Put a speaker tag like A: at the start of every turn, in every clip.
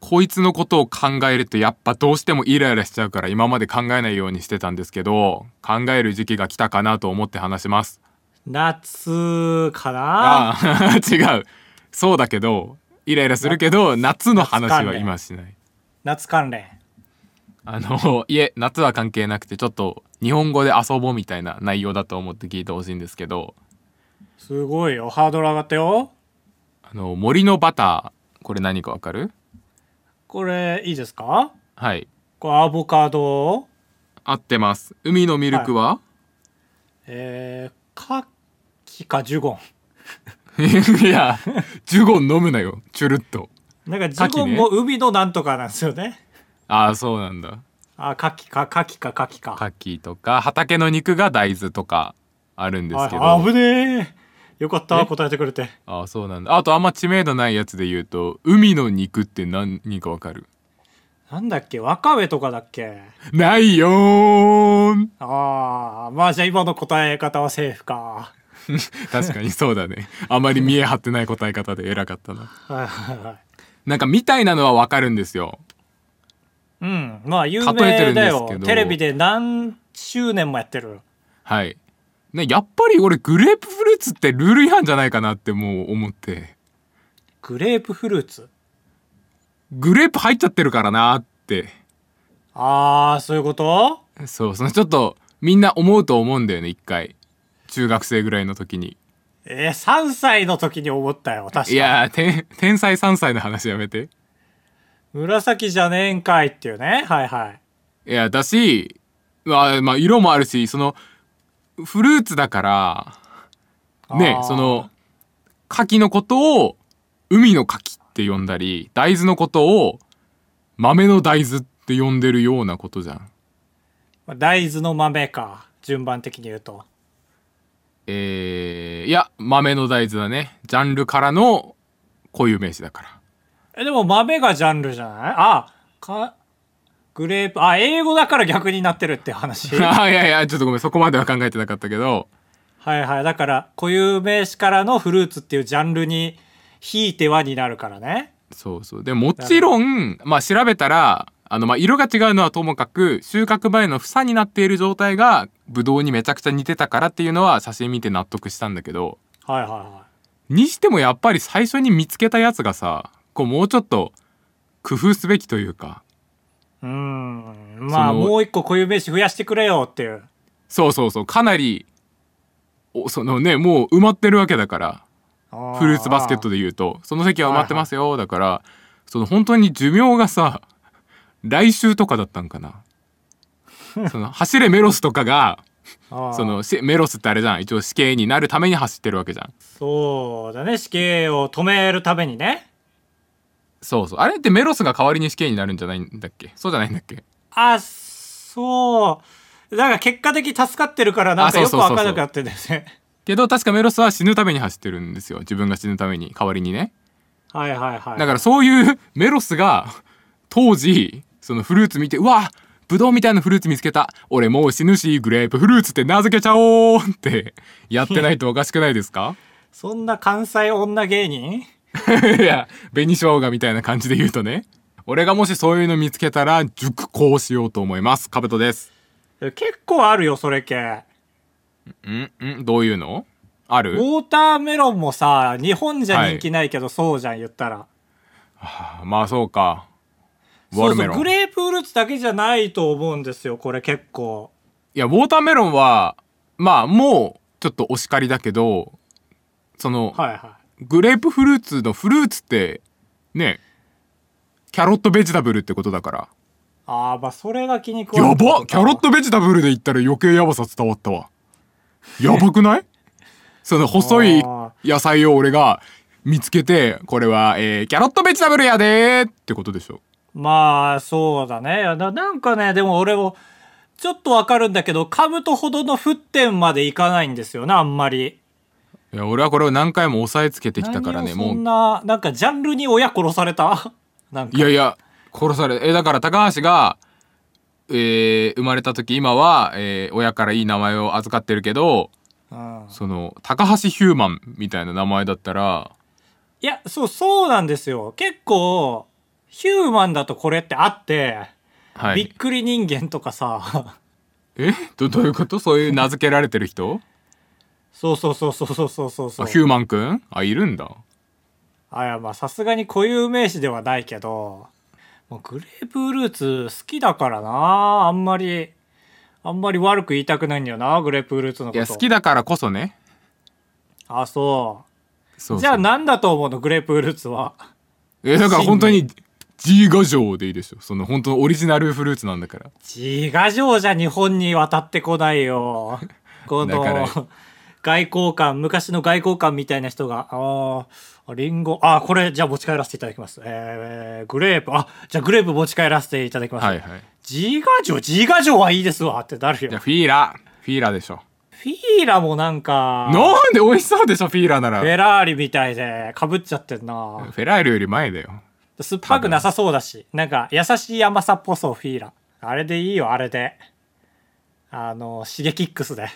A: こいつのことを考えるとやっぱどうしてもイライラしちゃうから今まで考えないようにしてたんですけど考える時期が来たかなと思って話します
B: 夏かな
A: ああ 違うそうだけどイライラするけど夏の話は今しない
B: 夏関連
A: あのいえ夏は関係なくてちょっと日本語で遊ぼうみたいな内容だと思って聞いてほしいんですけど
B: すごいよハードル上がったよ
A: あの森のバターこれ何かわかる
B: これいいですか
A: はい
B: これアボカド
A: 合ってます海のミルクは、
B: えー、カキかジュゴ
A: いやジュゴン飲むなよチュルッと
B: ンなんかジュゴンも海のなんとかなんですよね
A: ああそうなんだ
B: あカキかカキかカキか
A: 牡蠣とか畑の肉が大豆とかあるんですけど、
B: はい危ねえよかった
A: え
B: 答えてくれて
A: ああそうなんだあとあんま知名度ないやつで言うと海の肉って何かわかる
B: なんだっけワカメとかだっけ
A: ないよーん
B: ああまあじゃあ今の答え方はセーフか
A: 確かにそうだねあまり見え張ってない答え方で偉かったな
B: はいはいはい
A: なんかみたいなのはわかるんですよ
B: うんまあ有
A: 例えてる
B: 名
A: んで
B: だ
A: すけ
B: よ
A: ど
B: テレビで何周年もやってる
A: はいねやっぱり俺グレープフルーツってルール違反じゃないかなってもう思って
B: グレープフルーツ
A: グレープ入っちゃってるからなーって
B: ああそういうこと
A: そうそのちょっとみんな思うと思うんだよね一回中学生ぐらいの時に
B: えー、3歳の時に思ったよ確か
A: いやーてん天才3歳の話やめて
B: 紫じゃねえんかいっていうねはいはい
A: いやだしまあ、まあ、色もあるしそのフルーツだからね
B: あー
A: その牡蠣のことを海の牡蠣って呼んだり大豆のことを豆の大豆って呼んでるようなことじゃん
B: まあ大豆の豆か順番的に言うと
A: えー、いや豆の大豆だねジャンルからの固有名詞だから
B: えでも豆がジャンルじゃないあかグレープあ英語だから逆になってるっ て話は
A: あいやいやちょっとごめんそこまでは考えてなかったけど
B: いはいだから固有名詞からのフルーツっていうジャンルにひいてはになるからね
A: そうそうでもちろんまあ調べたらあのまあ色が違うのはともかく収穫前の房になっている状態がブドウにめちゃくちゃ似てたからっていうのは写真見て納得したんだけど
B: はいはいは
A: にしてもやっぱり最初に見つけたやつがさこうもうちょっと工夫すべきというか
B: いうーんまあ
A: その
B: もう一個固有名詞増やしてくれよっていう
A: そうそうそうかなりおそのねもう埋まってるわけだからフルーツバスケット
B: で
A: で言うとその席は埋まってますよ、だからその本当に寿命がさ来週とかだったんかなその走れメロスとかがそ
B: そ
A: のしメロスってあれじゃん一応死刑になるために走ってるわけじゃん
B: そうだね死刑を止めるためにね
A: そうそうあれってメロスが代わりに死刑になるんじゃないんだっけそうじゃないんだっけ
B: あそうだから結果的に助かってるからなん
A: あ
B: か
A: そう
B: よく
A: そう
B: 分
A: そうそう
B: かんなくなってるんですね
A: けど確かメロスは死ぬために走ってるんですよ自分が死ぬために代わりにね
B: はいはいはい
A: だからそういうメロスが当時そのフルーツ見てうわブドウみたいなフルーツ見つけた俺もう死ぬしグレープフルーツって名付けちゃおうってやってないとおかしくないですか
B: そんな関西女芸人
A: いや紅生姜みたいな感じで言うとね俺がもしそういうの見つけたら熟考しようと思いますカブトです
B: 結構あるよそれ系
A: んんどういうのあ
B: ウ
A: る
B: ォーターメロンもさ日本じゃ人気ないけど、そうじゃん言ったら
A: はあまあそうかウォー
B: そう
A: ル
B: そ
A: メ
B: う
A: ロン
B: グレープフルーツだけじゃないと思うんですよこれ結構
A: いやウォーターメロンはまあもうちょっとお叱りだけどその、
B: はいは
A: グレープフルーツのフルーツってねキャロットベジタブルってことだから
B: いああまあそれが気に食わ
A: や
B: なか
A: ば
B: った
A: キャロットベジタブルで言ったら余計やばさ伝わったわやばくない その細い
B: あ
A: 野菜を俺が見つけてこれは、えーキャロットベジタブルやでーってことでしょ
B: まあそうだねいやななんかねでも俺もちょっとわかるんだけど兜ほどの沸点までいかないんですよねあんまり
A: いや俺はこれを何回も押さえつけてきたからね
B: 何を
A: も
B: そん
A: う
B: ななんかジャンルに親殺された なんか
A: いやいや殺されえだから高橋が、えー生まれた時今は、えー親からいい名前を預かってるけど
B: うん
A: その高橋ヒューマンみたいな名前だったら
B: いや、そう、そうなんですよ。結構、ヒューマンだとこれってあって、
A: は
B: びっ
A: い。
B: くり人間とかさ、
A: えどどういうことそういう名付けられてる人
B: そうそうそうそうそうそうそうそ
A: あ
B: う。
A: ヒューマンくんあ、いるんだ。
B: あ、いや、まあさすがに固有名詞ではないけど、もうグレープフルーツ好きだからな、あんまり、あんまり悪く言いたくないんだよな、グレープフルーツのこ
A: い
B: と。
A: や、好きだからこそね。
B: あ、そう。
A: そうそう
B: じゃあなんだと思うのグレープフルーツは。
A: え、だから本当に G ガジョーでいいですよ。その本当のオリジナルフルーツなんだから。
B: 自画像じゃ日本に渡ってこないよ。こ
A: だ
B: の
A: から
B: 外交官、昔の外交官みたいな人が、ああ、リンゴ、あこれじゃあ持ち帰らせていただきます。えー、グレープ、あじゃあグレープ持ち帰らせていただきます。
A: はいはい。
B: 自画像、自画像はいいですわってなる
A: じゃ
B: よ。
A: あフィーラ。フィーラでしょ。
B: フィーラもなんか、
A: なんで美味しそうでしょ、フィーラなら。
B: フ
A: フ
B: ェラーリみたいで被っちゃってんな。
A: ェラーリより前だよ。
B: 酸っぱくなさそうだし、なんか優しい甘さっぽそう、フィーラ。あれでいいよ、あれで。あの、シゲキックスで。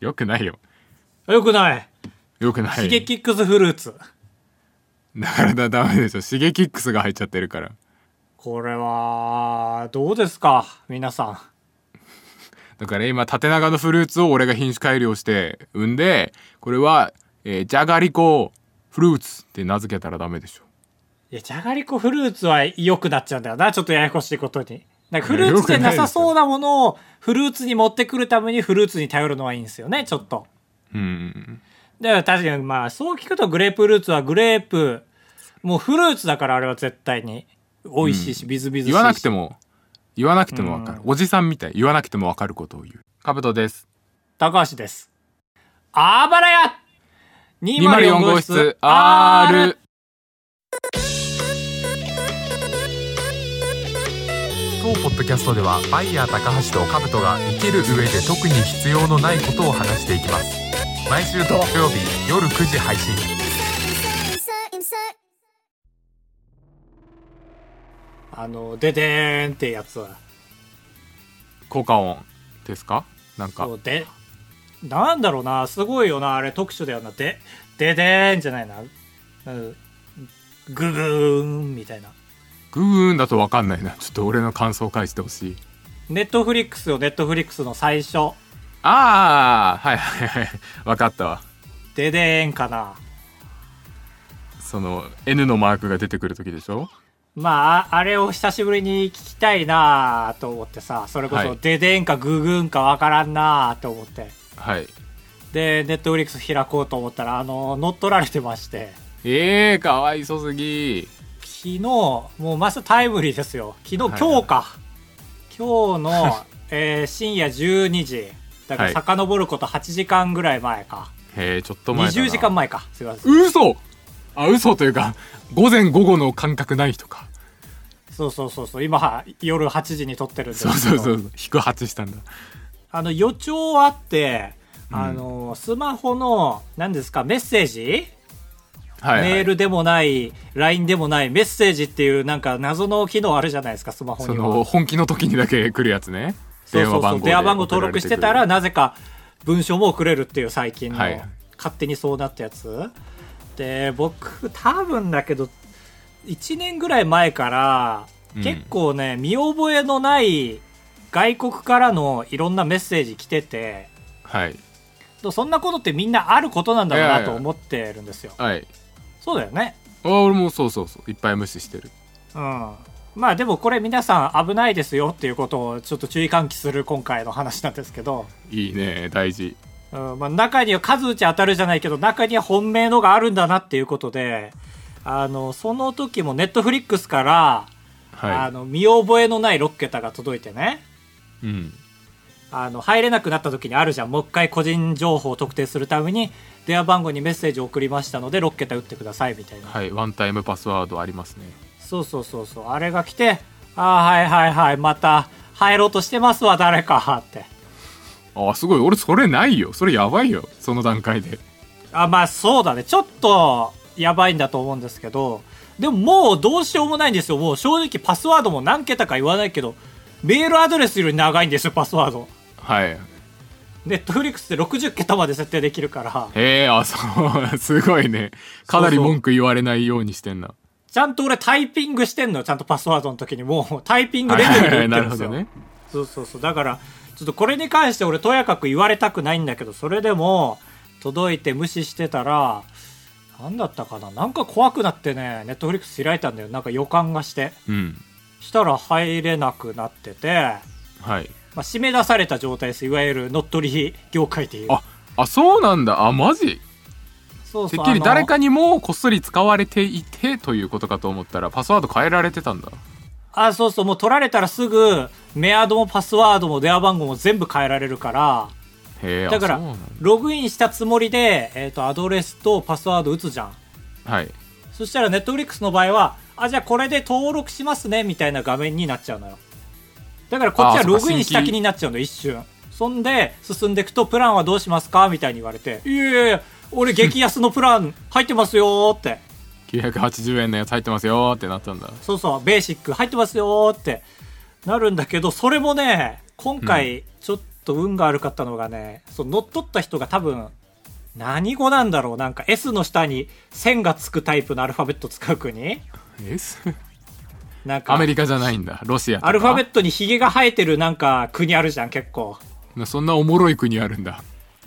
A: よくないよ。
B: よくない。
A: よくない。
B: シゲキックスフルーツ。
A: だからだ、ダメでしょ。シゲキックスが入っちゃってるから。
B: これは、どうですか皆さん。
A: だから今、縦長のフルーツを俺が品種改良して産んで、これは、えーじゃがりこフルーツって名付けたらダメでしょ。
B: いや、じゃがりこフルーツは良くなっちゃうんだよな。ちょっとややこしいことに。なんかフルーツでなさそうなものをフルーツに持ってくるためにフルーツに頼るのはいいんですよね、ちょっと。
A: うん。
B: だから確かにまあ、そう聞くとグレープフルーツはグレープ、もうフルーツだからあれは絶対に。美味しいし、ビズビズしいし。
A: 言わなくても、言わなくてもわかる。おじさんみたい。言わなくてもわかることを言う。カブトです。
B: 高橋です。あばらや
A: 204
B: !204
A: 号
B: 号
A: 室
B: 室
A: R
B: R!
A: 当ポッドキャストではバイヤー高橋とカブトが生きる上で特に必要のないことを話していきます毎週土曜日夜9時配信
C: insert, insert.
B: あの、ででーんってやつ。
A: 効果音ですかなんか
B: そうで、なんだろうな、すごいよな、あれ特殊だよな。で、ででーんじゃないな。うんぐぐーんみたいな。
A: グーンだとわかんないなちょっと俺の感想を返してほしい
B: ネットフリックスよ、ネットフリックスの最初。
A: ああはいはいはいわかったわ
B: ででーんかな。
A: その N のマークが出てくる時でしょ
B: まあ、ああれを久しぶりに聞きたいなぁと思ってさ、それこ
A: は
B: そ
A: い
B: ででーんかぐぐーんかわからんなぁと思って。
A: はい
B: で、ネットフリックス開こうと思ったら、あの、乗っ取られてまして、
A: えー、かわいそすぎ
B: 昨日、もうまさタイムリーですよ。昨日、
A: いはい
B: 今日か。今 日の、えー深夜12時。だか
A: はい
B: ら遡ること8時間ぐらい前か。
A: へえちょっと前だな
B: 20時間前か。すいません。
A: 嘘あ嘘というか午前午後の感覚ない人か
B: そうそうそうそう。今は、夜8時に撮ってるんですけ
A: そう
B: ど。
A: そうそうそう引く8したんだ
B: あの、予兆あって、あの、スマホの、何ですか、メッセージ
A: はい、はい、
B: メールでもない、LINE でもない、メッセージっていうなんか謎の機能あるじゃないですか、スマホ
A: そ
B: には。
A: の本気の時にだけ来るやつね
B: そうそうそう電話番号登録してたら
A: な
B: なぜか文章も送れるっていう最近の、
A: はい
B: 勝手にそうなったやつで僕多分だけど1年ぐらい前から、
A: うん
B: 結構ね見覚えのない外国からのいろんなメッセージ来てて
A: はい
B: そんなことってみんなあることなんだろう
A: いやい
B: な
A: や
B: と思ってるんですよ
A: はい
B: そうだよね
A: あ俺もそうそうそういっぱい無視してる
B: うんまあでもこれ皆さん危ないですよっていうことをちょっと注意喚起する今回の話なんですけど
A: いいね大事
B: うんまあ、中には数打ち当たるじゃないけど中には本命のがあるんだなっていうことであのその時もネットフリックスから、あ
A: は
B: の見覚えのない6桁が届いてね
A: いうん
B: あの入れなくなった時にあるじゃんもう一回個人情報を特定するために電話番号にメッセージを送りましたので6桁打ってくださいみたいな、
A: はいワンタイムパスワードありますね
B: そうそうそうそうあれが来てああはいはいはいまた入ろうとしてますわ誰かって
A: あすごい俺それないよそれやばいよその段階で
B: あまあそうだねちょっとやばいんだと思うんですけどでももうどうしようもないんですよもう正直パスワードも何桁か言わないけどメールアドレスより長いんですよパスワード
A: はいへ
B: ネットフリックスで60桁まで設定できるから
A: えあそうすごいねかなり文句言われないようにしてんな
B: ちゃんと俺タイピングしてんのよちゃんとパスワードの時にもうタイピングレベルで打って
A: な
B: る
A: るほ
B: んです
A: ど
B: よ。
A: ね。
B: そうそうそう。だから、ちょっとこれに関して俺とやかく言われたくないんだけど、それでも、届いて無視してたら、なんだったかななんか怖くなってね、ネットフリックス開いたんだよ。なんか予感がして。
A: うん。
B: したら入れなくなってて、
A: はい。
B: まあ、締め出された状態です。いわゆる乗っ取り業界でいう。
A: あ、あ、そうなんだ。あ、マジ
B: そう
A: て
B: そう。
A: っきり誰
B: あの
A: かにもこっそり使われていてということかと思ったら、パスワード変えられてたんだ。
B: あ、そうそう。もう取られたらすぐ、メアドもパスワードも電話番号も全部変えられるから、
A: へえ、あ
B: だから
A: そうなんだ。
B: ログインしたつもりで、えっ、と、アドレスとパスワード打つじゃん。
A: はい。
B: そしたらネットフリックスの場合は、あ、じゃあこれで登録しますね、みたいな画面になっちゃうのよ。だからこっち
A: あ
B: は
A: そう
B: ロ
A: か
B: グインし
A: 新
B: た
A: 規
B: 気になっちゃうの、一瞬。そんで、進んでいくと、プランはどうしますかみたいに言われて、いやいやいや、俺激安のプラン入ってますよーって。
A: 980円のやつ入ってますよーってなったんだ。
B: そうそう、ベーシック入ってますよーってなるんだけど、それもね、今回ちょっと運が悪かったのがね、その乗っ取った人が多分、何語なんだろうなんか S の下に線がつくタイプのアルファベット使う国
A: えす
B: なんか
A: アメリカじゃないんだ。ロシアとか。
B: アルファベットにヒゲが生えてるなんか国あるじゃん、結構。
A: トそんなおもろい国あるんだ。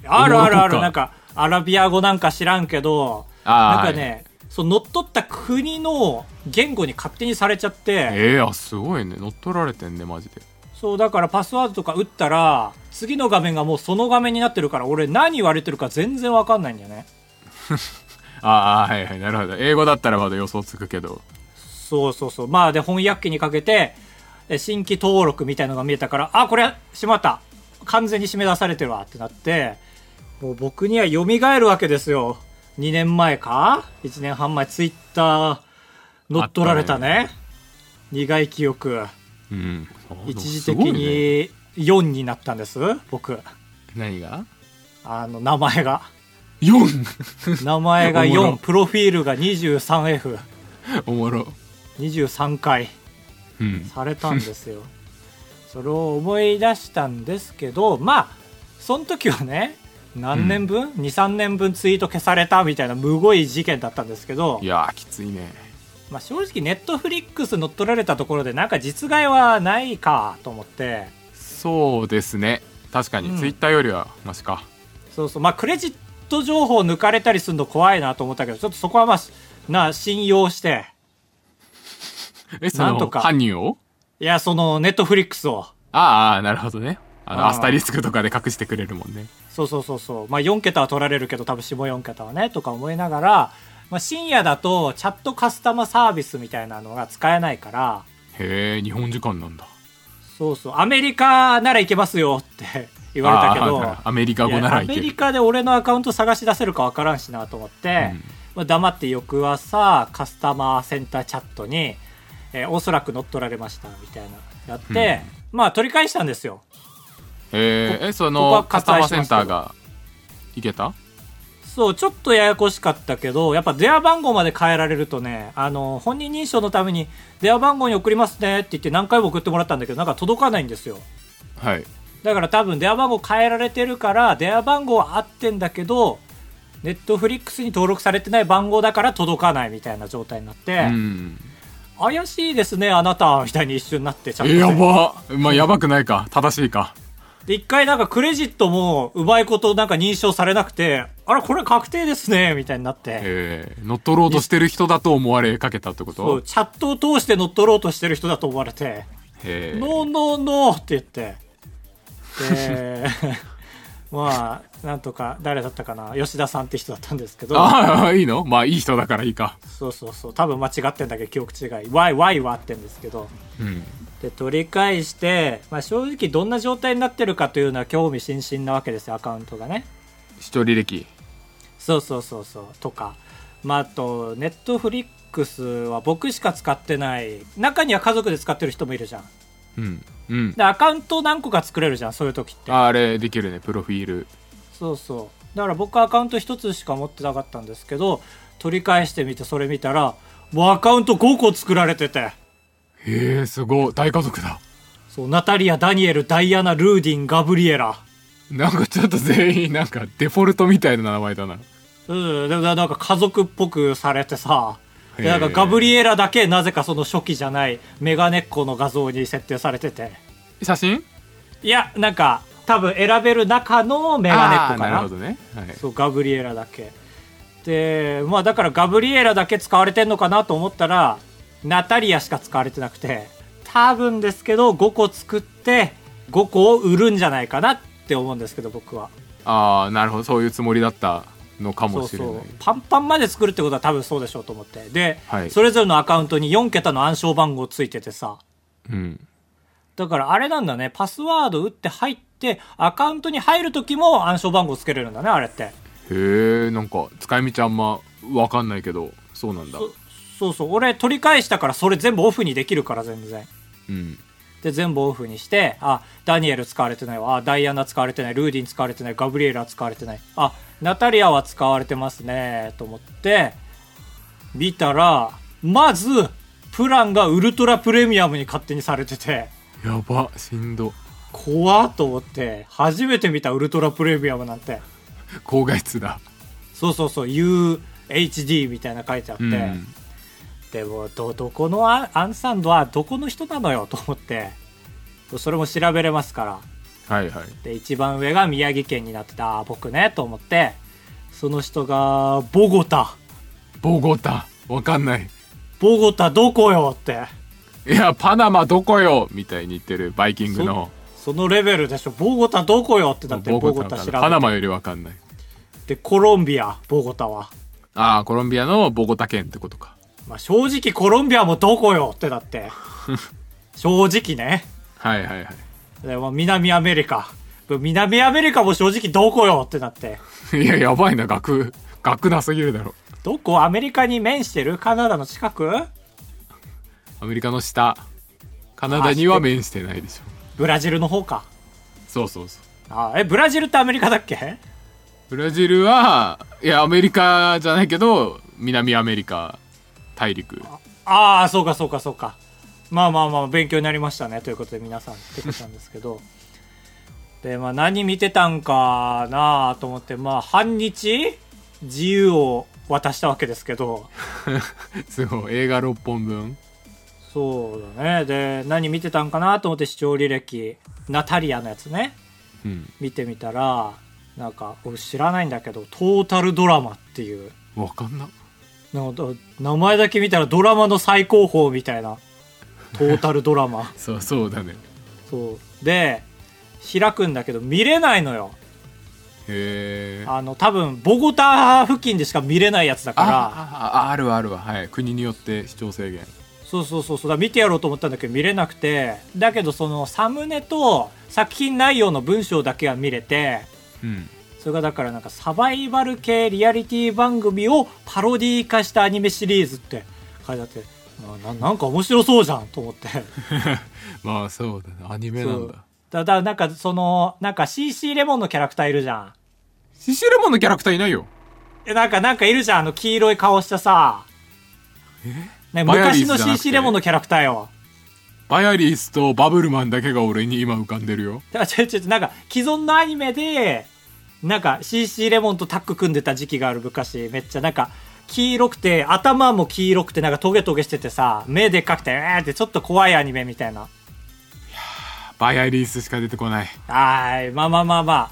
B: あるあるあ
A: お
B: る、
A: ー
B: なんか、アラビア語なんか知らんけど、
A: あー
B: なんかね、そう、乗っ取った国の言語に勝手にされちゃって、
A: ええあ、すごいね。乗っ取られてんね、マジで。
B: そう、だからパスワードとか打ったら、次の画面がもうその画面になってるから、俺何言われてるか全然わかんないんだよね。
A: ああ、はいはい、なるほど。英語だったらまだ予想つくけど。
B: そうそうそう。まあ、で、翻訳機にかけて、え新規登録みたいのが見えたから、あ、これ、しまった。完全に締め出されてるわってなって、もう僕には蘇るわけですよ。2年前か ?1 年半前、ツイッター、乗っ取られたね。苦い記憶。
A: うん。
B: 一時
A: す
B: 的
A: ごいね
B: に4になったんです、僕。
A: 何が
B: あの、名 前が。
A: ?4!
B: 名前が
A: おもろ
B: 4、プロフィールが 23F、
A: おもろ。
B: 23回。
A: うん。
B: されたんですよ それを思い出したんですけどまあその時はね何年分、23年分ツイート消されたみたいなむごい事件だったんですけど
A: い、やー、きついね。
B: まあ、正直ネットフリックス乗っ取られたところでなんか実害はないかと思って
A: そうですね。確か
B: う
A: に、
B: ん
A: ツイッターよりはマシか。
B: そうそうまあクレジット情報抜かれたりするの怖いなと思ったけどちょっとそこはまあしな信用して
A: え、その、
B: なんとか
A: 犯人を
B: いやそのネットフリックスを
A: あーあー、なるほどね。あの、
B: あー
A: アスタリスクとかで隠してくれるもんね。
B: そうそうそうそう。まあ4桁は取られるけど多分下4桁はね、とか思いながら、まあ深夜だとチャットカスタマーサービスみたいなのが使えないから、
A: へえ、日本時間なんだ。
B: そうそう、アメリカなら行けますよって 言われたけど
A: あー、はいアメリカ語ない
B: や
A: ら
B: ア
A: い
B: メ
A: け
B: リ
A: る。
B: カで俺のアカウント探し出せるかわからんしなと思って、
A: うん
B: まあ黙って翌朝カスタマーセンターチャットに、えーおそらく乗っ取られましたみたいなやって、まあ取り返したんですよ。
A: へえ、え、そ
B: ここは
A: の、
B: 割愛
A: カスタマーセンターが、いけた
B: そう、ちょっとややこしかったけど、やっぱ電話番号まで変えられるとね、あの、本人認証のために、電話番号に送りますねって言って何回も送ってもらったんだけど、なんか届かないんですよ。
A: はい。
B: だから多分電話番号変えられてるから、電話番号は合ってんだけど、ネットフリックスに登録されてない番号だから届かないみたいな状態になって、
A: うん。
B: 怪しいですね、あなた、みたいに一瞬なって、ちゃんと
A: え、
B: ね。
A: やばまあ、やばくないか。正しいか。
B: で、一回なんかクレジットも、うまいことなんか認証されなくて、あら、これ確定ですね、みたいになって。
A: えー、乗っ取ろうとしてる人だと思われかけたってこ
B: そ
A: と
B: うチャットを通して乗っ取ろうとしてる人だと思われて「
A: へー
B: ノーノーノー」って言って でまあなんとか誰だったかな吉田さんって人だったんですけど
A: ああ、いいのまあ、いい人だからいいか。
B: そうそうそう多分間違ってんだけど記憶違い「ワイワイは」ってんですけど
A: うん。
B: で取り返して、まあ、正直どんな状態になってるかというのは興味津々なわけですよアカウントがね
A: 視聴履歴。
B: そうそうそうそうとかまああとネットフリックスは僕しか使ってない中には家族で使ってる人もいるじゃん
A: うん。うん。
B: でアカウント何個か作れるじゃんそういう時って
A: ああれ、できるね。プロフィール。
B: そうそうだから僕アカウント1つしか持ってなかったんですけど取り返してみてそれ見たらもうアカウント5個作られてて
A: へえ、すごい。大家族だ。
B: そうナタリアダニエルダイアナルーディンガブリエラ
A: なんかちょっと全員、なんかデフォルトみたいな名前だな。
B: うんでもなんか家族っぽくされてさでなん
A: へ
B: か
A: ー
B: ガブリエラだけなぜかその初期じゃないメガネっ子の画像に設定されてて
A: 写真
B: いやなんか多分選べる中のメガネっ
A: あー
B: 子か
A: なる
B: な
A: ほどね、はい、
B: そうガブリエラだけでまあだからガブリエラだけ使われてんのかなと思ったらナタリアしか使われてなくて多分ですけど5個作って5個を売るんじゃないかなって思うんですけど僕は
A: ああなるほどそういうつもりだったのか
B: そ
A: も
B: う
A: しれない
B: そうパンパンまで作るってことは多分そうでしょうと思ってで、
A: はい
B: それぞれのアカウントに4桁の暗証番号ついててさ
A: うん
B: だからあれなんだねパスワード打って入ってアカウントに入る時も暗証番号つけれるんだねあれって
A: へえんか使い道あんま分かんないけどそうなんだ
B: そそうそう俺取り返したからそれ全部オフにできるから全然
A: うん
B: で全部オフにしてあダニエル使われてないわあダイアナ使われてないルーディン使われてないガブリエラ使われてないあナタリアは使われてますねと思って見たらまずプランがウルトラプレミアムに勝手にされてて
A: やばしんど
B: 怖っと思って初めて見たウルトラプレミアムなんて
A: 高外通だ
B: そうそうそう UHD みたいな書いてあって、
A: うん
B: でもどどこのアンアンサンドはどこの人なのよと思ってそれも調べれますから
A: はいはい
B: で一番上が宮城県になってたあー僕ねと思ってその人がボゴタ
A: ボゴタ分かんない
B: ボゴタどこよって
A: いやパナマどこよみたいに言ってるバイキングの
B: そのレベルでしょボゴタどこよってだってボゴタ
A: か
B: 調
A: らパナ
B: べ
A: マより分かんない
B: てでコロンビアボゴタは、
A: ああコロンビアのボゴタ県ってことか
B: まあ、正直コロンビアもどこよってだって正直ね
A: はいはいはい
B: でも南アメリカ南アメリカも正直どこよってなって
A: い や、やばいな、額、額なすぎるだろ。
B: どこアメリカに面してるカナダの近く
A: アメリカの下。カナダには面してないでしょ。
B: ブラジルの方か
A: そうそうそう。
B: あえブラジルってアメリカだっけ
A: ブラジルは、いや、アメリカじゃないけど、南アメリカ、大陸。
B: ああそうかそうかそうかまあまあまあ勉強になりましたねということで皆さんってことなんですけど でまあ何見てたんかなと思ってまあ半日自由を渡したわけですけど
A: すごい、映画6本分。
B: そうだねで何見てたんかなと思って視聴履歴ナタリアのやつね
A: うん。
B: 見てみたらなんか俺知らないんだけどトータルドラマっていう
A: わかんな。
B: なんか名前だけ見たらドラマの最高峰みたいなトータルドラマ
A: そう、そうだね。
B: そうで開くんだけど見れないのよ
A: へえ。あ
B: あの多分ボゴタ付近でしか見れないやつだから
A: あ、ああるあるわ。はい。国によって視聴制限。
B: そうそうそうそうだから見てやろうと思ったんだけど見れなくてだけどそのサムネと作品内容の文章だけは見れて
A: うん。
B: それがだからなんかサバイバル系リアリティ番組をパロディ化したアニメシリーズって書いてあってなななんか面白そうじゃんと思って
A: まあ、そうだね。アニメなんだ。
B: だだなんかそのなんか CC レモンのキャラクターいるじゃん
A: シシレモンのキャラクターいないよ。
B: えなんかなんかいるじゃんあの黄色い顔したさね、
A: バイアリー
B: 昔
A: ズ
B: の
A: じゃなくて
B: CC レモンのキャラクターよ
A: バイアリスとバブルマンだけが俺に今浮かんでるよ。
B: だからちょちょなんか既存のアニメでなんか CC レモンとタッグ組んでた時期がある昔めっちゃなんか黄色くて頭も黄色くてなんかトゲトゲしててさ目でっかくてえーってちょっと怖いアニメみたいな
A: バイアリースしか出てこない。
B: はいまあまあまあまあ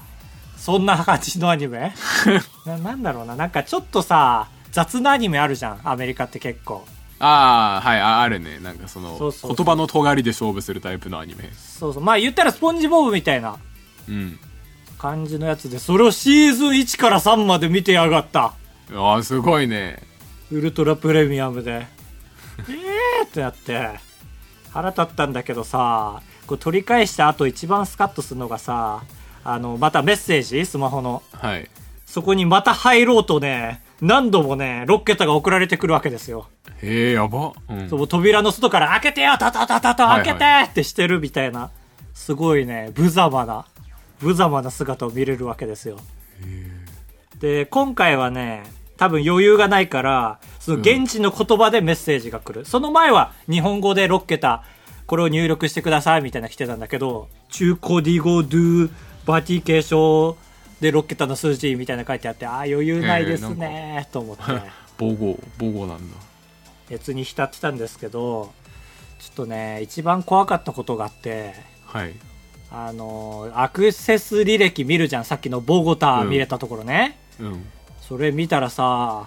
B: そんな感じのアニ メななんだろうななんかちょっとさ雑なアニメあるじゃんアメリカって結構
A: ああ、はい、ああるね。なんかその、
B: そうそうそう
A: 言葉の尖りで勝負するタイプのアニメ。
B: そうそうまあ言ったらスポンジボブみたいな
A: うん。
B: 感じのやつでそれをシーズン1から3まで見てやがった
A: ああ、すごいね。
B: ウルトラプレミアムで えーってなって腹立ったんだけどさこう取り返した後一番スカッとするのがさあのまたメッセージスマホの
A: はい。
B: そこにまた入ろうとね何度もね6桁が送られてくるわけですよ、
A: へえ、やば。うん。
B: そう扉の外から「開けてよタタタタタ
A: はいはい
B: 開けて!」ってしてるみたいなすごいね無様な無様な姿を見れるわけですよで今回はね多分余裕がないからその現地の言葉でメッセージが来る、その前は日本語で6桁これを入力してくださいみたいなの来てたんだけど中古ディゴドゥバティケーションで6桁の数字みたいなの書いてあってああ余裕ないです
A: えー
B: ねと思って
A: 防護、防護なんだ。
B: 熱に浸ってたんですけどちょっとね一番怖かったことがあって
A: はい
B: あのアクセス履歴見るじゃんさっきのボゴタ見れたところね、
A: うん
B: それ見たらさ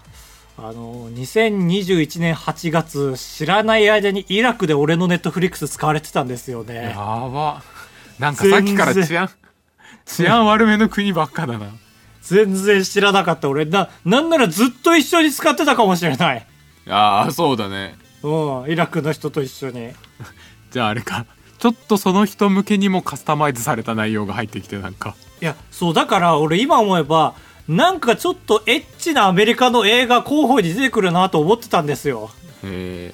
B: あの2021年8月知らない間にイラクで俺のネットフリックス使われてたんですよ
A: や
B: ね
A: ばなんかさっきから
B: 全然
A: 治安治安悪めの国ばっかだな
B: 全然知らなかった俺ななんならずっと一緒に使ってたかもしれない
A: ああそうだね
B: うんイラクの人と一緒に
A: じゃああれかちょっとその人向けにもカスタマイズされた内容が入ってきてなんか
B: いやそうだから俺今思えばなんかちょっとエッチなアメリカの映画候補に出てくるなと思ってたんですよ
A: へ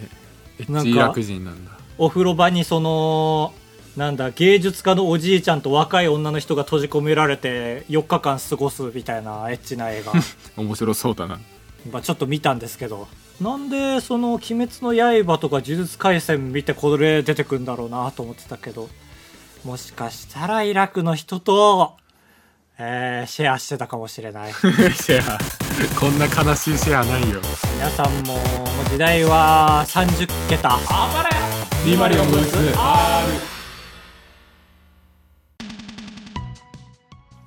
A: えエッ
B: なんか
A: チイラク人なんだ
B: お風呂場にそのなんだ芸術家のおじいちゃんと若い女の人が閉じ込められて4日間過ごすみたいなエッチな映画
A: 面白そうだな
B: まあちょっと見たんですけどなんでその「鬼滅の刃」とか「呪術廻戦」見てこれ出てくるんだろうなと思ってたけどもしかしたらイラクの人と、えーシェアしてたかもしれない
A: シェアこんな悲しいシェアないよ
B: 皆さんももう時代は30桁
A: リマリオンブース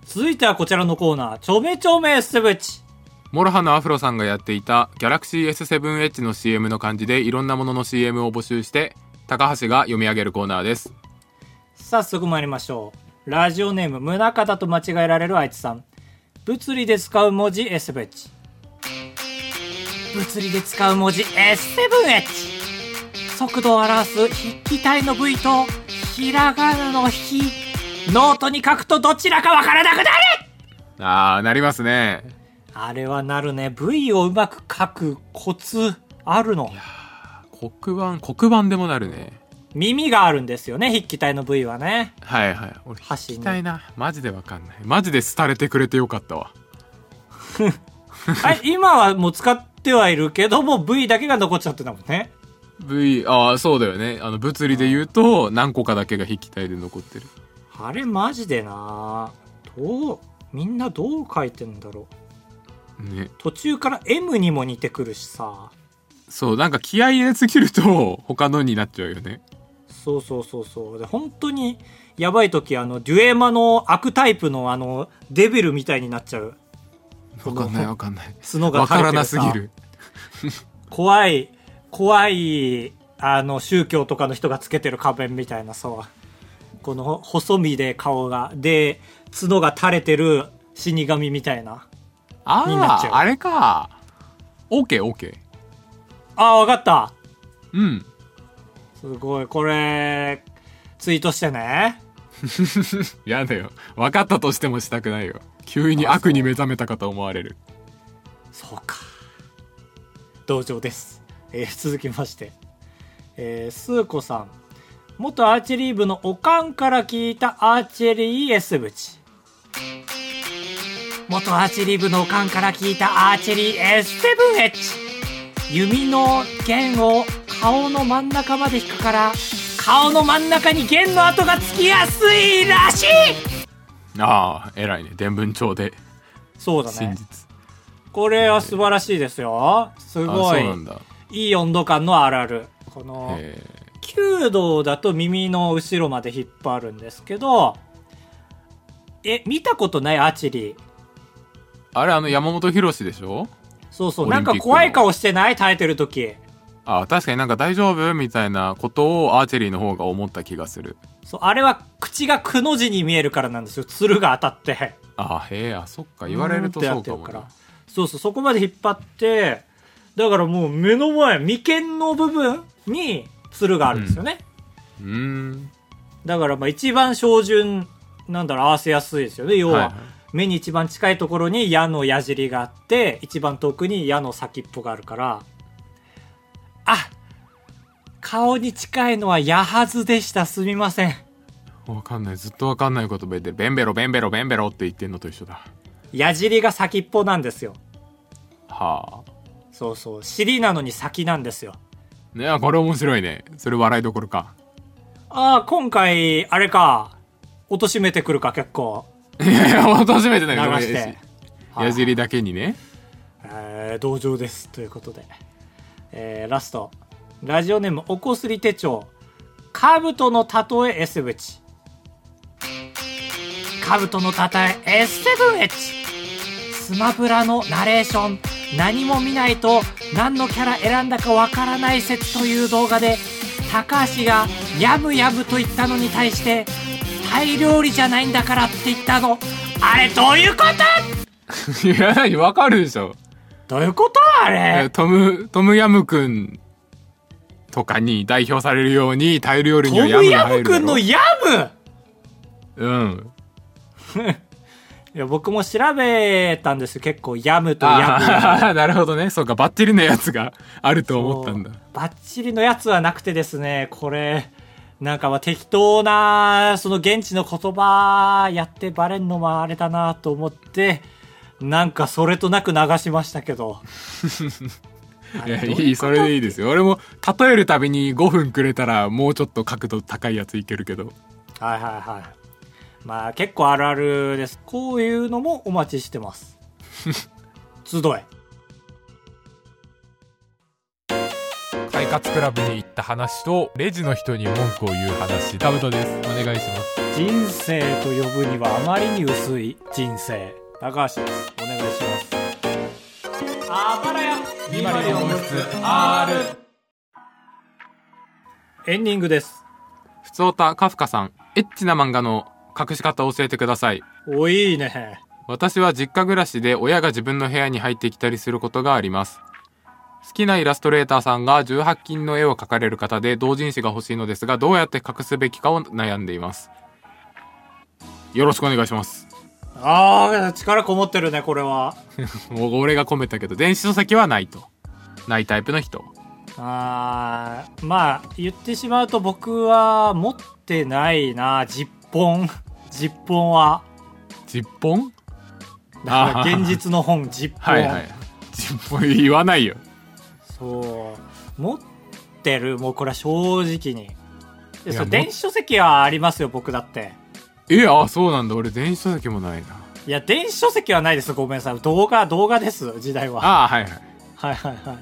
B: 続いてはこちらのコーナー「ちょめちょめすぶち
A: モロハのアフロさんがやっていたギャラクシー S7H の CM の漢字でいろんなものの CM を募集して高橋が読み上げるコーナーです」
B: 早速参りましょうラジオネーム宗像と間違えられるあいつさん物理で使う文字 S7H 物理で使う文字 S7H 速度を表す筆記体の V とひらがなの「ひ」ノートに書くとどちらかわからなくなる
A: ああなりますね
B: あれはなるね V をうまく書くコツあるの
A: 黒板黒板でもなるね
B: 耳があるんですよね筆記体の部位はね
A: はいはい俺聞
B: 箸に
A: きたいなマジでわかんないマジで廃れてくれてよかったわ
B: はい 今はもう使ってはいるけども部位だけが残っちゃってたもんね
A: V ああそうだよねあの物理で言うと何個かだけが筆記体で残ってる
B: あれマジでなどうみんなどう書いてんだろう
A: ね
B: 途中から M にも似てくるしさ
A: そうなんか気合い入れすぎると 他のになっちゃうよね
B: そうそうそうそうで本当にやばい時あのデュエマの悪タイプのあのデビルみたいになっちゃう
A: わかんないわかんない
B: 角が
A: わ
B: 生
A: か
B: えてるさ
A: らなすぎる
B: 怖い怖いあの宗教とかの人がつけてる仮面みたいなさこの細身で顔がで角が垂れてる死神みたいなになっ
A: あ
B: ちゃう
A: ああれか OKOK
B: あわかった
A: うん
B: すごいこれツイートしてね
A: やだよ分かったとしてもしたくないよ急に悪に目覚めたかと思われる
B: そうか同情です、えー続きましてえー、スー子さん元アーチェリー部のおかんから聞いたアーチェリー S ブチ元アーチェリー部のおかんから聞いたアーチェリー S7H 弓の弦を顔の真ん中まで引くから顔の真ん中に弦の跡がつきやすいらしい
A: ああ偉いね伝聞帳で
B: そうだ
A: 真
B: ね
A: 実
B: これは素晴らしいですよす
A: あ
B: ご
A: そう
B: い
A: なんだ
B: いい温度感のあるある。この、
A: えー
B: 弓道だと耳の後ろまで引っ張るんですけど、え、見たことないアーチェリー。
A: あれあの山本博でしょ
B: そうそう、
A: オリン
B: な
A: ピッ
B: ん
A: クの
B: か怖い顔してない耐えてる時。
A: あ確かになんか大丈夫みたいなことをアーチェリーの方が思った気がする
B: そう、あれは口がくの字に見えるからなんですよ。鶴が当たって。
A: あへえあそっか言われるとそうかも
B: うーんってやってる
A: な
B: らそうそう、そこまで引っ張って、だからもう目の前、眉間の部分に鶴があるんですよね。
A: うーん
B: だからまあ一番照準なんだろう合わせやすいですよね要は、
A: はいはい
B: 目に一番近いところに矢の矢尻があって一番遠くに矢の先っぽがあるからあ顔に近いのは矢はずでしたすみません
A: わかんないずっとわかんない言葉言ってベンベロベンベロベンベロって言ってんのと一緒だ
B: 矢尻が先っぽなんですよ
A: はあ
B: そうそう尻なのに先なんですよ
A: ねあこれ面白いねそれ笑いどころか
B: ああ今回あれか貶としめてくるか結構
A: いやいや私めてな
B: 流
A: いごめん
B: して
A: 矢尻だけにね
B: えー同情ですということで、えーラストラジオネームおこすり手帳兜のたとえエセブチ兜のたとえエセブチスマブラのナレーション何も見ないと何のキャラ選んだかわからない説という動画で高橋がやぶやぶと言ったのに対してタイ料理じゃないんだからって言ったのあれどういうこと
A: いや、何わかるでしょ。
B: どういうことあれ
A: トム、トムヤムくんとかに代表されるように、タイ料理に
B: ト
A: はヤ
B: ム
A: ムが
B: ヤ
A: 入
B: ム
A: るだ
B: くん
A: ろ
B: の。ヤム
A: うん。
B: いや僕も調べたんですよ結構ヤムとヤ
A: ああ、 なるほどね。そうか、バッテリのやつがあると
B: ム
A: 思ったんだ。
B: バッチリのやつはなくてですねこれなんかまあ適当なその現地の言葉やってバレんのもあれだなと思ってなんかそれとなく流しました けどあ
A: い
B: れ
A: や、
B: どうう
A: いい、それでいいですよ。俺も、例えるたびに5分くれたら、もうちょっと角度高いやついけるけど。
B: はいはいはいまあ結構あるあるですこういうのもお待ちしてます 集え
A: 快活クラブに行った話と、レジの人に文句を言う話、タブトです。お願いします。
B: 人生と呼ぶにはあまりに薄い人生高橋ですお願いしますあばらやエンディングです
A: ふつおたカフカさん、エッチな漫画の隠し方を教えてください。
B: おいいね
A: 私は実家暮らしで親が自分の部屋に入ってきたりすることがあります。好きなイラストレーターさんが18金の絵を描かれる方で同人誌が欲しいのですが、どうやって隠すべきかを悩んでいます。よろしくお願いします。
B: ああ力こもってるねこれは
A: もう俺が込めたけど、電子書籍はないと。ないタイプの人。
B: あーまあ言ってしまうと僕は持ってないな実本実本は
A: 10本あー
B: 現実の本実本
A: はいはい。10本言わないよ。
B: そう持ってるもうこれは正直にで
A: いや
B: そう
A: も
B: 電子書籍はありますよ僕だって
A: え、あ、そうなんだ。俺電子書籍もないな。
B: いや電子書籍はないですごめんなさい動画動画です時代は
A: ああ、はいはい。
B: はいはいはい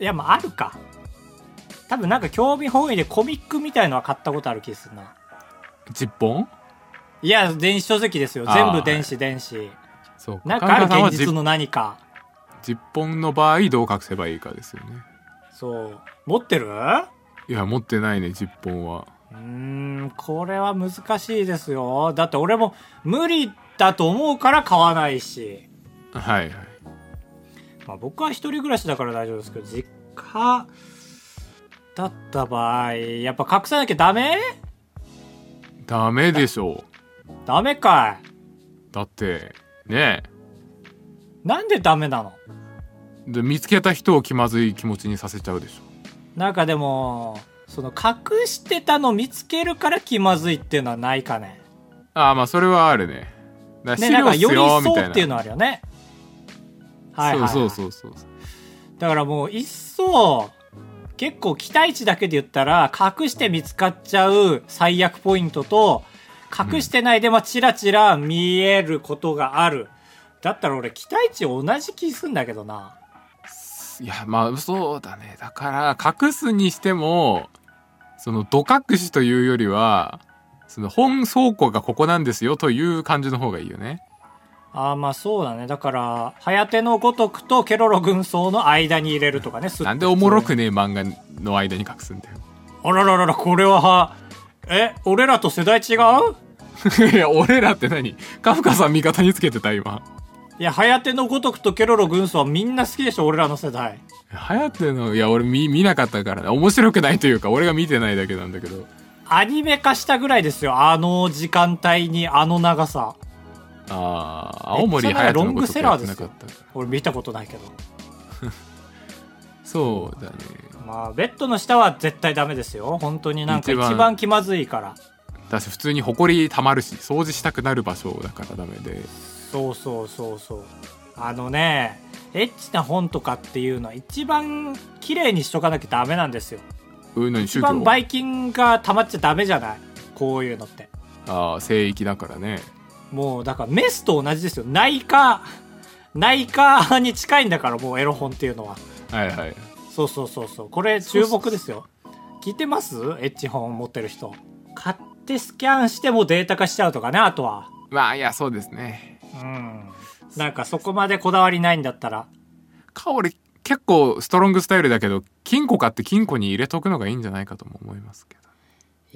B: いやまああるか多分なんか興味本位でコミックみたいのは買ったことある気するな
A: 10本
B: いや電子書籍ですよ
A: あー
B: 全部電子電子
A: そうか。
B: なんか
A: 神田さん
B: あ
A: は
B: る現実の何か
A: 10本の場合どう隠せばいいかですよね
B: そう持ってるう
A: いや持ってないね10本は
B: ーんこれは難しいですよだって俺も無理だと思うから買わないし
A: はいはい
B: まあ、僕は一人暮らしだから大丈夫ですけど実家だった場合やっぱ隠さなきゃダメ
A: ダメでしょ
B: ダメかいう
A: だってね
B: なんでダメなの
A: えで見つけた人を気まずい気持ちにさせちゃうでし
B: なんかでもその隠してたの見つけるから気まずいっていうのはないかね
A: ょああまあそれはあるねだから
B: ねなんか
A: 資料
B: よ
A: っす
B: り
A: よみ
B: そ
A: た
B: うっていうのはあるよねはいはい、はい、
A: そうそうそうそう
B: だからもう一層結構期待値だけで言ったら隠して見つかっちゃう最悪ポイントと隠してないでまあチラチラ見えることがある、だったら俺期待値同じ気すんだけどない
A: やまあそうだねだから隠すにしてもその度隠しというよりはその本倉庫がここなんですよという感じの方がいいよね
B: ああまあそうだねだから「早手のごとく」と「ケロロ軍曹」の間に入れるとかねすっと
A: なんでおもろくねえ漫画の間に隠すんだよ
B: あららららこれはえ俺らと世代違う
A: いや、俺らって何カフカさん味方につけてた、今。
B: いや「早手のごとく」と「ケロロ軍曹」はみんな好きでしょ俺らの世代
A: 流行ってるの、いや、俺見、見なかったからね。面白くないというか、俺が見てないだけなんだけど。
B: アニメ化したぐらいですよ。あの時間帯にあの長さ。
A: あー、青森流行って
B: ロ
A: の
B: ン
A: こ
B: グ
A: とか
B: セ
A: や
B: ラ
A: っ
B: ー
A: て
B: で
A: な
B: す
A: かっ
B: よ
A: たから。
B: 俺見たことないけど。
A: そうだね。
B: まあ、ベッドの下は絶対ダメですよ。本当になんか
A: 一
B: 一
A: 番
B: 番気まずいから。
A: だし、普通に埃溜まるし、掃除したくなる場所だからダメで。
B: そうそうそうそう。あのね、エッチな本とかっていうのは一番綺麗にしとかなきゃダメなんですよ。
A: うんのに
B: 一
A: 宗教
B: 番ばい菌が溜まっちゃダメじゃないこういうのって。
A: あー、聖域だからね。
B: もうだからメスと同じですよ。内科、内科に近いんだからもうエロ本っていうのは。
A: はいはい。
B: そうそうそうそうこれ注目ですよ聞いてますエッジ本持ってる人買ってスキャンしてもデータ化しちゃうとかねあとは
A: まあいやそうですね
B: うんなんかそこまでこだわりないんだったら
A: か俺結構ストロングスタイルだけど金庫買って金庫に入れとくのがいいんじゃないかとも思いますけど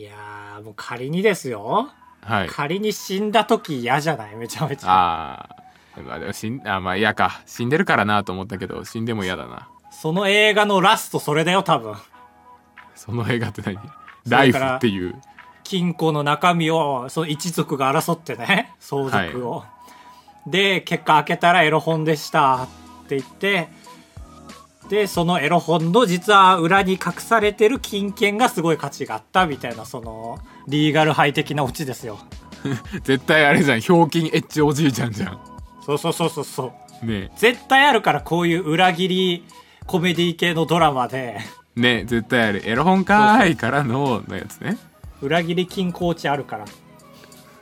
B: いやーもう仮にですよ
A: はい
B: 仮に死んだ時嫌じゃないめちゃめちゃ
A: あーまあでも死んあまあ嫌か死んでるからなと思ったけど死んでも嫌だな
B: その映画のラストそれだよ多分
A: その映画って何
B: れから
A: ライフっていう
B: 金庫の中身をその一族が争ってね相続を、で結果開けたらエロ本でしたって言ってでそのエロ本の実は裏に隠されてる金券がすごい価値があったみたいなそのリーガルハイ的なオチですよ
A: 絶対あれじゃんひょうきんエッチおじいちゃんじゃん
B: そうそうそうそうそう
A: ね
B: 絶対あるからこういう裏切りコメディ系のドラマで
A: えねえ絶対あれエロ本かーいからののやつね
B: 裏切り金庫落ちあるから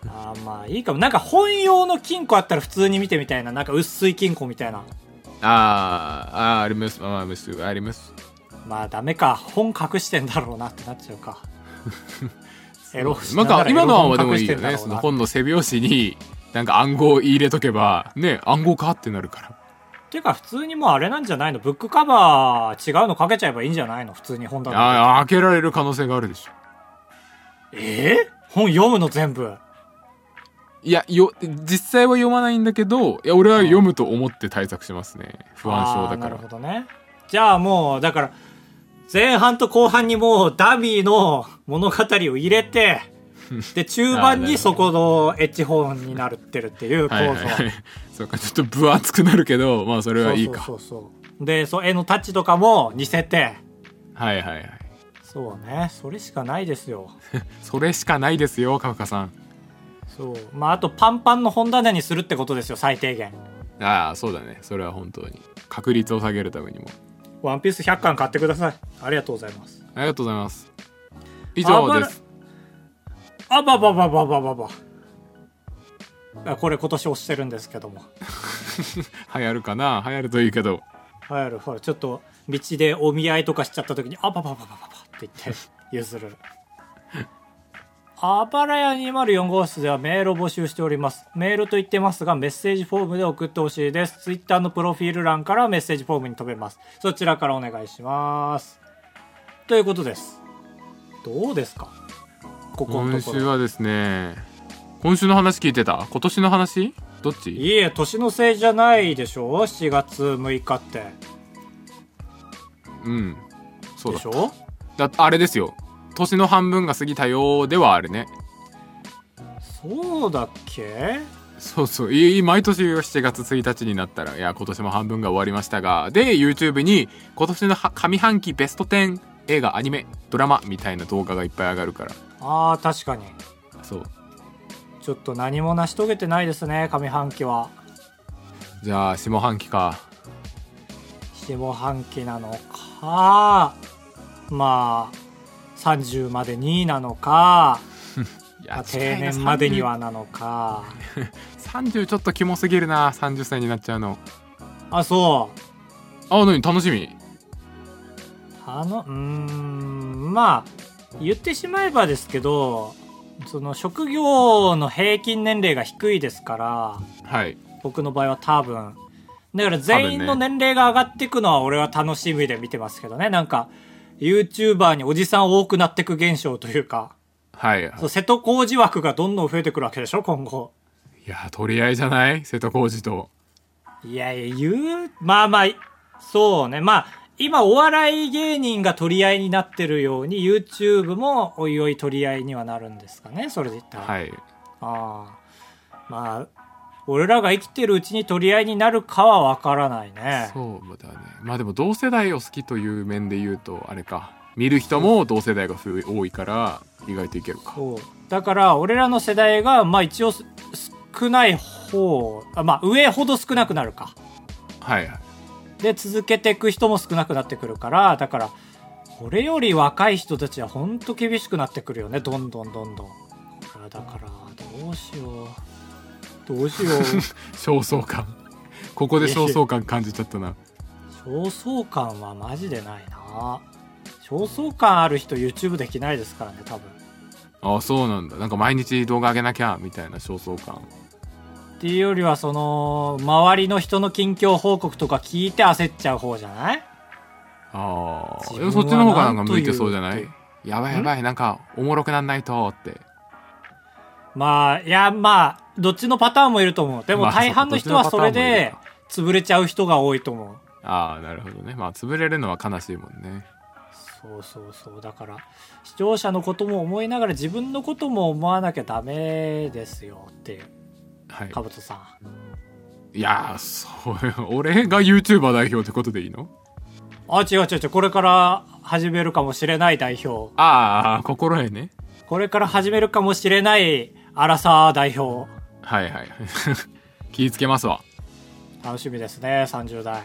B: あーまあいいかもなんか本用の金庫あったら普通に見てみたいななんか薄い金庫みたいな
A: あーあーありますありますあります
B: まあダメか本隠してんだろうなってなっちゃう かエロしな
A: なん
B: が
A: から今のはでもいい
B: エロ本隠して
A: よ
B: んだろ
A: ね
B: うな
A: その本の背表紙になんか暗号入れとけばね暗号かってなるから
B: ていうか普通にもうあれなんじゃないのブックカバー違うのかけちゃえばいいんじゃないの普通に本だと
A: あー開けられる可能性があるでしょ
B: えー、本読むの全部
A: いやよ実際は読まないんだけどいや俺は読むと思って対策しますね不安症だか
B: あーなるほ
A: ら
B: どねじゃあもうだから前半と後半にもうダミーの物語を入 れてで中盤にそこのエッジ本になるってるっていう構
A: はい
B: 造
A: はいはいそうかちょっと分厚くなるけど まあそれはいいか
B: そうそうそうそうでそう絵のタッチとかも似せて
A: はいはいはい
B: そうねそれしかないですよ
A: それしかないですよカフカさん
B: そうまああとパンパンの本棚にするってことですよ最低限
A: ああそうだねそれは本当に確率を下げるためにも
B: ワンピース100巻買ってくださいありがとうございます
A: ありがとうございます以上です
B: あばばばばばばばあこれ今年推してるんですけども
A: 流行るかな流行るといいけど
B: 流行るほらちょっと道でお見合いとかしちゃった時に「あばばばばばば」って言って 譲るあばらや204号室ではメールを募集しておりますメールと言ってますがメッセージフォームで送ってほしいですツイッターのプロフィール欄からメッセージフォームに飛べますそちらからお願いしますということですどうですかここの
A: 今
B: とこ
A: 週
B: ろ
A: はですね今週の話聞いてた今年の話どっち
B: いいえ年のせいじゃないでしょ7月6日って
A: うんそう
B: で
A: だ
B: しょ
A: だあれですよ年の半分が過ぎたようではあるね
B: そうだっけ
A: そうそういい毎年7月1日になったらいや今年も半分が終わりましたがで YouTube に今年のは上半期ベスト10映画アニメドラマみたいな動画がいっぱい上がるから
B: ああ確かに
A: そう
B: ちょっと何も成し遂げてないですね上半期は
A: じゃあ下半期か
B: 下半期なのかまあ30までになのか、
A: い
B: まあ
A: や
B: 定年までにはなのか
A: 30ちょっとキモすぎるな30歳になっちゃうの
B: あそう
A: あ何楽しみ
B: あのうーんまあ言ってしまえばですけどその職業の平均年齢が低いですから
A: はい
B: 僕の場合は多分だから全員の年齢が上がっていくのは俺は楽しみで見てますけどねなんか YouTuber におじさん多くなっていく現象というか
A: はい
B: そう瀬戸康史枠がどんどん増えてくるわけでしょ今後
A: いや取り合いじゃない瀬戸康史と
B: いやいや言うまあまあそうねまあ今お笑い芸人が取り合いになってるように YouTube もおいおい取り合いにはなるんですかねそれで言ったら、
A: はい
B: ああまあ俺らが生きてるうちに取り合いになるかはわからないね
A: そうだねまあでも同世代を好きという面で言うとあれか見る人も同世代が増え多いから意外といけるか
B: そうだから俺らの世代がまあ一応す少ない方あまあ上ほど少なくなるか
A: はいはい
B: で続けていく人も少なくなってくるからだから俺より若い人たちはほんと厳しくなってくるよねどんどんどんどんこれはだからどうしようどうしよう
A: 焦燥感ここで焦燥感感じちゃったな
B: 焦燥感はマジでないな焦燥感ある人 YouTube できないですからね多分
A: あそうなんだなんか毎日動画上げなきゃみたいな焦燥感
B: っていうよりはその周りの人の近況報告とか聞いて焦っちゃう方じゃない
A: ああ
B: 自
A: で
B: 分
A: も
B: は
A: そっちの方がなんか向いてそうじゃな
B: なんと
A: い
B: いう
A: やばいやばいなんかおもろくなんないとって
B: まあいやまあどっちのパターンもいると思うでも
A: まあ
B: 大半の人は
A: そ
B: そう
A: か
B: れ
A: どっちのパターンもいる
B: で
A: か
B: 潰れちゃう人が多いと思う
A: ああなるほどねまあ潰れるのは悲しいもんね
B: そうそうそうだから視聴者のことも思いながら自分のことも思わなきゃダメですよっていう
A: はい
B: かぶとさん
A: いやーそう俺が YouTuber 代表ってことでいいの
B: あ違う違う違うこれから始めるかもしれない代表
A: ああ心得ね
B: これから始めるかもしれないアラサー代表
A: はいはい 気ぃつけますわ
B: 楽しみですね30代